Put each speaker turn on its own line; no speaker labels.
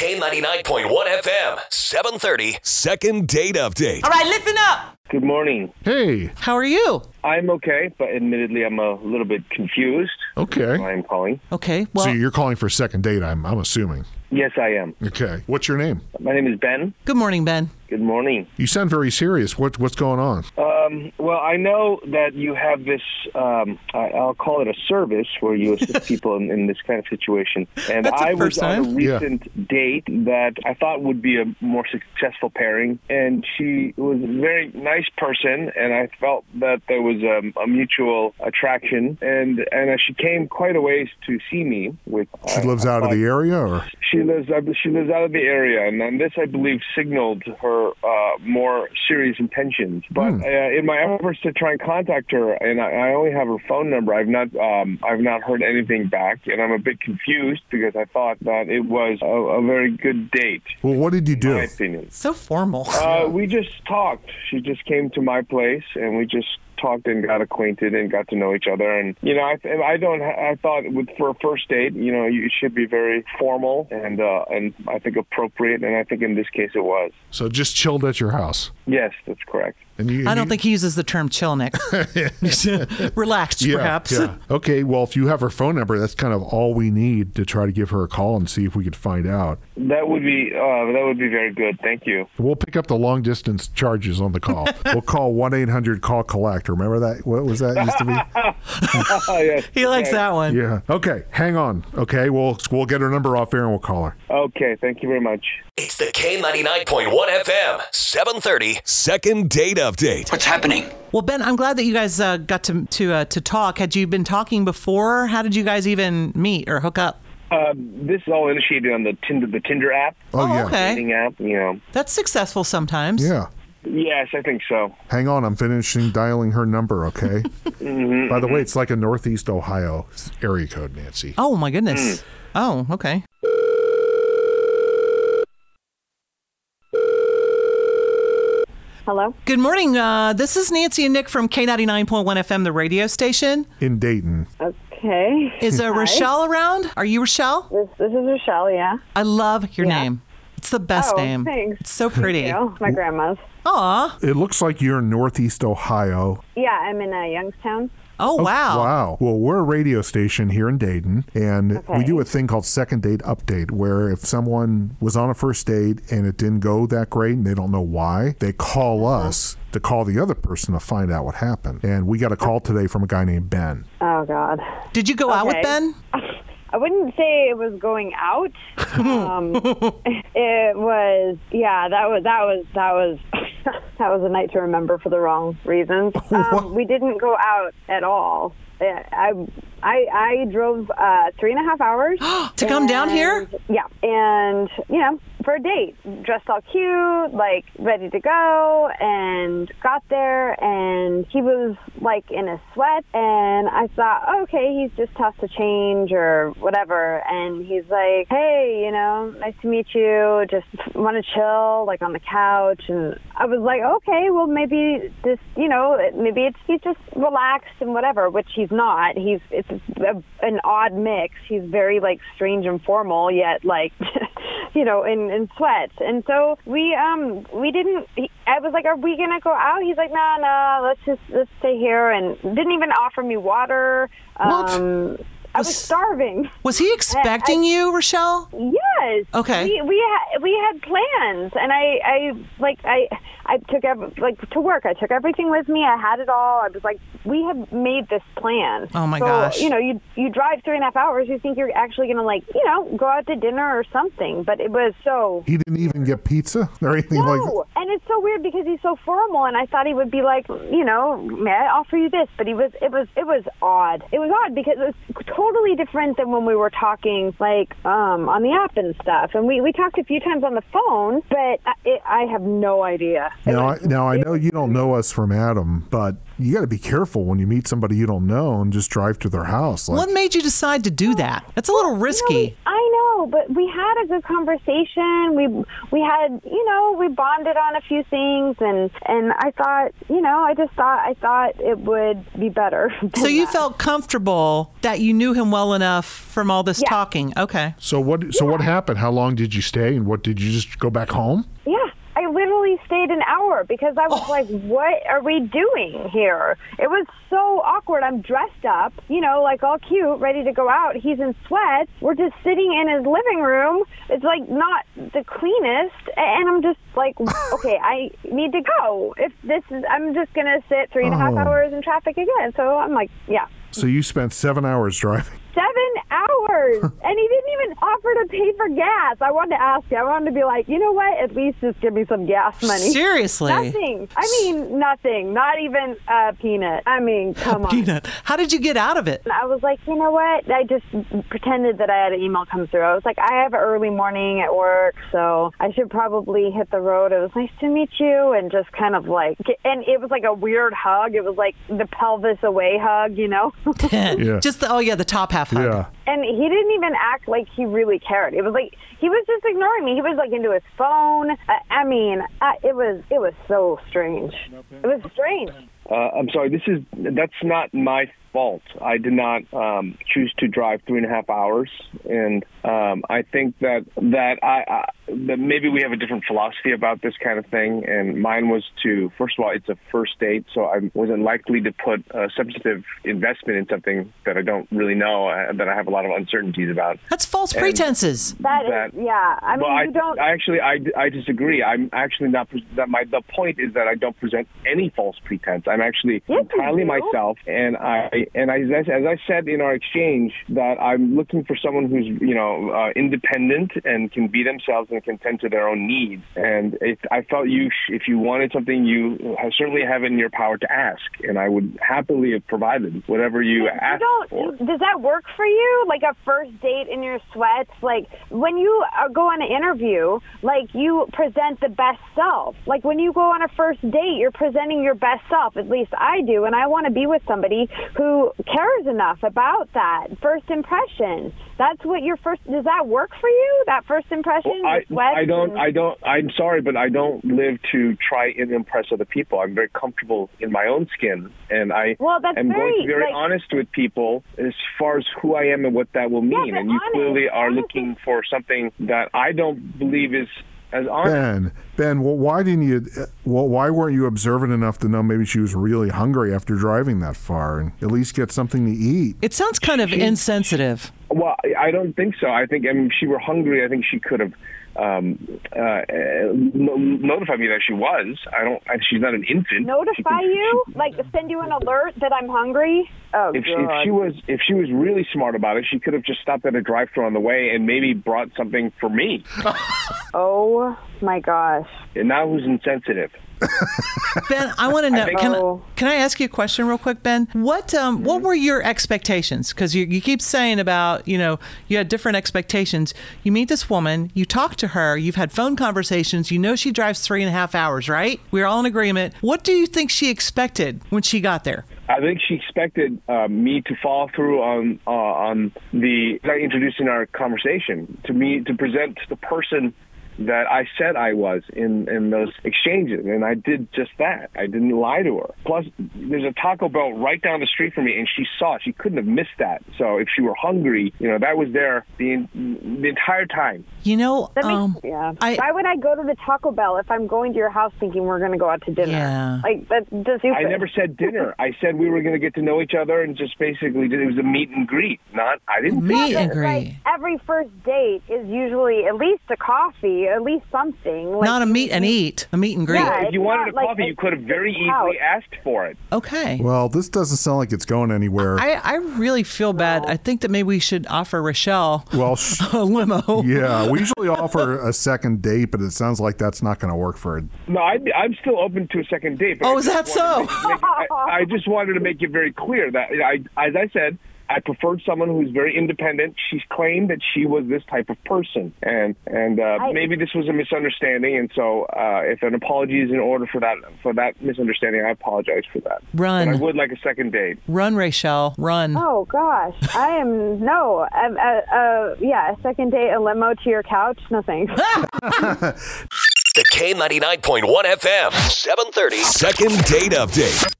K99.1 FM, 730.
Second date update.
All right, listen up.
Good morning.
Hey,
How are you?
I'm okay, but admittedly, I'm a little bit confused.
okay.
I'm calling.
Okay. Well,
so you're calling for a second date, I'm, I'm assuming.
Yes, I am.
Okay. What's your name?
My name is Ben.
good morning, Ben.
Good morning.
You sound very serious. What, what's going on?
Um, well, I know that you have this, um, I, I'll call it a service where you assist people in, in this kind of situation. And
That's the
I was
first
on a
time.
Yeah.
recent date that I thought would be a more successful pairing. And she was a very nice person, and I felt that there was um, a mutual attraction. And, and uh, she came quite a ways to see me. With, uh,
She lives out of the area, or
she lives I she lives out of the area, and, and this I believe signaled her uh, more serious intentions. But uh, in my efforts to try and contact her, and I, I only have her phone number, I've not um, I've not heard anything back, and I'm a bit confused because I thought that it was a, a very good date,
well, what did you
in my
do?
opinion.
So formal.
Uh, we just talked. She just came to my place, and we just talked and got acquainted and got to know each other. And you know, I I don't I thought with, for a first date, you know, you should be very formal and uh, and I think appropriate. And I think in this case it was.
So just chilled at your house,
Yes, that's correct.
and you.
I don't
and you-
think he uses the term chill, Nick. Relaxed,
Yeah,
perhaps.
yeah. Okay. Well, if you have her phone number, that's kind of all we need to try to give her a call and see if we could find out.
That would be uh, that would be very good. Thank you.
We'll pick up the long distance charges on the call. we'll call one eight hundred call collect. Remember that? What was that used to be?
Oh yes.
He likes that one.
Yeah. Okay. Hang on. Okay. We'll we'll get her number off air and we'll call her.
Okay. Thank you very much.
It's the K99.1 FM, 730.
Second date update.
What's happening?
Well, Ben, I'm glad that you guys uh, got to to uh, to talk. Had you been talking before? How did you guys even meet or hook up?
Uh, this is all initiated on the Tinder the Tinder app,
Oh, yeah.
okay.
dating app. You know.
That's successful sometimes.
Yeah.
Yes, I think so.
Hang on. I'm finishing dialing her number. Okay. By the way, it's like a Northeast Ohio area code, Nancy.
Oh my
Hmm.
goodness. Oh, okay.
Hello?
Good morning. Uh, this is Nancy and Nick from K99.1 FM, the radio station.
In Dayton.
Okay.
Is uh, Rochelle around? Are you Rochelle?
This, this is Rochelle, yeah.
I love your
Yeah.
name. It's the best
Oh,
name.
thanks.
It's so pretty.
You know, my grandma's.
Aw. Oh,
It looks like you're in Northeast Ohio.
Yeah, I'm in uh, Youngstown.
Oh, wow.
Wow. Well, we're a radio station here in Dayton, and we do a thing called Second Date Update, where if someone was on a first date and it didn't go that great and they don't know why, they call us to call the other person to find out what happened. And we got a call today from a guy named Ben.
Oh, God.
Did you go out with
Okay.
Ben?
I wouldn't say it was going out. Um, it was, yeah, that was, that was, that was, that was a night to remember for the wrong reasons. Um, we didn't go out at all. Yeah, I, I, I drove uh, three and a half hours.
To come down here?
And- Yeah, and you know, for a date, dressed all cute, like ready to go, and got there, and he was like in a sweat, and I thought, okay, he's just has to change or whatever, and he's like, hey, you know, nice to meet you, just want to chill, like on the couch, and I was like, okay, well maybe this, you know, maybe it's he's just relaxed and whatever, which he's not. He's it's a, an odd mix. He's very like strange and formal, yet like you know in in sweats. And so we um we didn't. He, I was like, are we gonna go out? He's like, no, nah, no, nah, let's just let's stay here. And didn't even offer me water.
What?
Um, I was
Was-
starving.
Was he expecting you, Rochelle?
Yes.
Okay.
We we had we had plans, and I I like I I took ev- like to work. I took everything with me. I had it all. I was like, we had made this plan.
Oh, my
So,
gosh.
You know, you you drive three and a half hours. You think you're actually gonna like you know go out to dinner or something, but it was so.
He didn't even get pizza or anything like that.
No, and it's so weird because he's so formal, and I thought he would be like, you know, may I offer you this? But he was, it was, it was odd. It was odd because it was totally different than when we were talking, like, um, on the app and stuff. And we we talked a few times on the phone, but I, it, I have no idea. It
Now, I,
was-
now I know you don't know us from Adam, but you got to be careful when you meet somebody you don't know and just drive to their house. Like,
What made you decide to do that? That's a little risky.
I know. no, but we had a good conversation. We we had you know we bonded on a few things, and and I thought you know I just thought I thought it would be better.
So
than
you
that.
felt comfortable that you knew him well enough from all this
Yeah.
talking. Okay.
So what? So what happened? How long did you stay, and what did you just go back home?
Yeah, I literally stayed an hour because I was like, what are we doing here? It was so awkward. I'm dressed up, you know, like all cute, ready to go out. He's in sweats. We're just sitting in his living room. It's like not the cleanest. a- And I'm just like, okay, I need to go. If this is, I'm just going to sit three and a half
Oh.
hours in traffic again. So I'm like, yeah.
So you spent seven hours driving.
Seven hours, and he didn't even offer to pay for gas. I wanted to ask him. I wanted to be like, you know what? At least just give me some gas money.
Seriously.
Nothing. I mean, nothing. Not even a peanut. I mean, come on.
Peanut. How did you get out of it?
I was like, you know what? I just pretended that I had an email come through. I was like, I have an early morning at work, so I should probably hit the road. It was nice to meet you, and just kind of like, and it was like a weird hug. It was like the pelvis away hug, you know?
Just the oh yeah, the top half hug.
Yeah.
And he didn't even act like he really cared. It was like he was just ignoring me. He was like into his phone. I, I mean, I, it was it was so strange. It was strange.
Uh, I'm sorry. This is that's not my fault. I did not um, choose to drive three and a half hours, and um, I think that that I, I that maybe we have a different philosophy about this kind of thing. And mine was to first of all, it's a first date, so I wasn't likely to put a substantive investment in something that I don't really know uh, that I have a lot of uncertainties about.
That's false pretenses.
That is,
That-
yeah. I mean,
Well, I,
you don't.
I actually, I, I disagree. I'm actually not. pres- That my the point is that I don't present any false pretense. I'm actually
Yes, you
entirely
do.
myself, and I and I, as, I- as I said in our exchange that I'm looking for someone who's you know uh, independent and can be themselves and can tend to their own needs. And if I felt you, sh- if you wanted something, you ha- certainly have it in your power to ask, and I would happily have provided whatever you
you
asked
don't.
for.
Does that work for you? Like a first date in your sweats? Like when you uh, go on an interview, like you present the best self. Like when you go on a first date, you're presenting your best self. At least I do, and I want to be with somebody who cares enough about that first impression. That's what your first. Does that work for you? That first impression?
I,
your sweats
I don't
and-
I don't I'm sorry but I don't live to try and impress other people. I'm very comfortable in my own skin and I
Well, that's
am going to
very,
be very
like-
honest with people as far as who I am and what that will mean.
but
and you
honest-
clearly are
honest
looking for something that I don't believe is as honest.
Ben, Ben, well, why didn't you? uh, Well, why weren't you observant enough to know maybe she was really hungry after driving that far, and at least get something to eat?
It sounds kind of insensitive.
Well, I- I don't think so. I think I mean, if she were hungry, I think she could have um, uh, uh, no- notified me that she was. I don't. I, she's not an infant. She
notify
can-
you? Like send you an alert that I'm hungry? Oh,
if she,
God.
if she was if she was really smart about it, she could have just stopped at a drive-thru on the way and maybe brought something for me.
Oh my gosh.
And now who's insensitive?
Ben, I want to know.
think-
can,
Oh.
can I ask you a question real quick, Ben? What um, what were your expectations? Because you, you keep saying about you know you had different expectations. You meet this woman, you talk to her, you've had phone conversations. You know she drives three and a half hours, right? We're all in agreement. What do you think she expected when she got there?
I think she expected uh, me to follow through on uh, on the that I introduced in our conversation to me to present the person that I said I was in in those exchanges, and I did just that. I didn't lie to her. Plus, there's a Taco Bell right down the street from me, and she saw. it. She couldn't have missed that. So if she were hungry, you know, that was there the the entire time.
You know,
That makes,
um,
yeah.
I-
Why would I go to the Taco Bell if I'm going to your house thinking we're going to go out to dinner?
Yeah.
Like that's just stupid.
I never said dinner. I said we were going to get to know each other and just basically it was a meet and greet. Not I didn't
meet
But,
and
Like,
greet,
every first date is usually at least a coffee, at least something. Like,
not a meet and eat, a meet and greet.
Yeah.
If you
it's
wanted
not
a
like
coffee, you
it's-
could have very
it's out.
easily asked for it.
Okay.
Well, this doesn't sound like it's going anywhere.
I, I really feel bad. I think that maybe we should offer Rochelle
well, sh-
a limo.
yeah, we usually offer a second date, but it sounds like that's not going to work for it.
No, I, I'm still open to a second date. But
Oh,
I
is
just
that
wanted to
so?
make- make- I, I just wanted to make it very clear that you know, I, as I said, I preferred someone who's very independent. She's claimed that she was this type of person, and and uh,
I-
maybe this was a misunderstanding. And so, uh, if an apology is in order for that for that misunderstanding, I apologize for that.
Run.
But I would like a second date.
Run, Rachel. Run.
Oh gosh, I am no. Uh, uh, uh, yeah, a second date, a limo to your couch. No thanks.
The K99.1 FM, 730.
Second date update.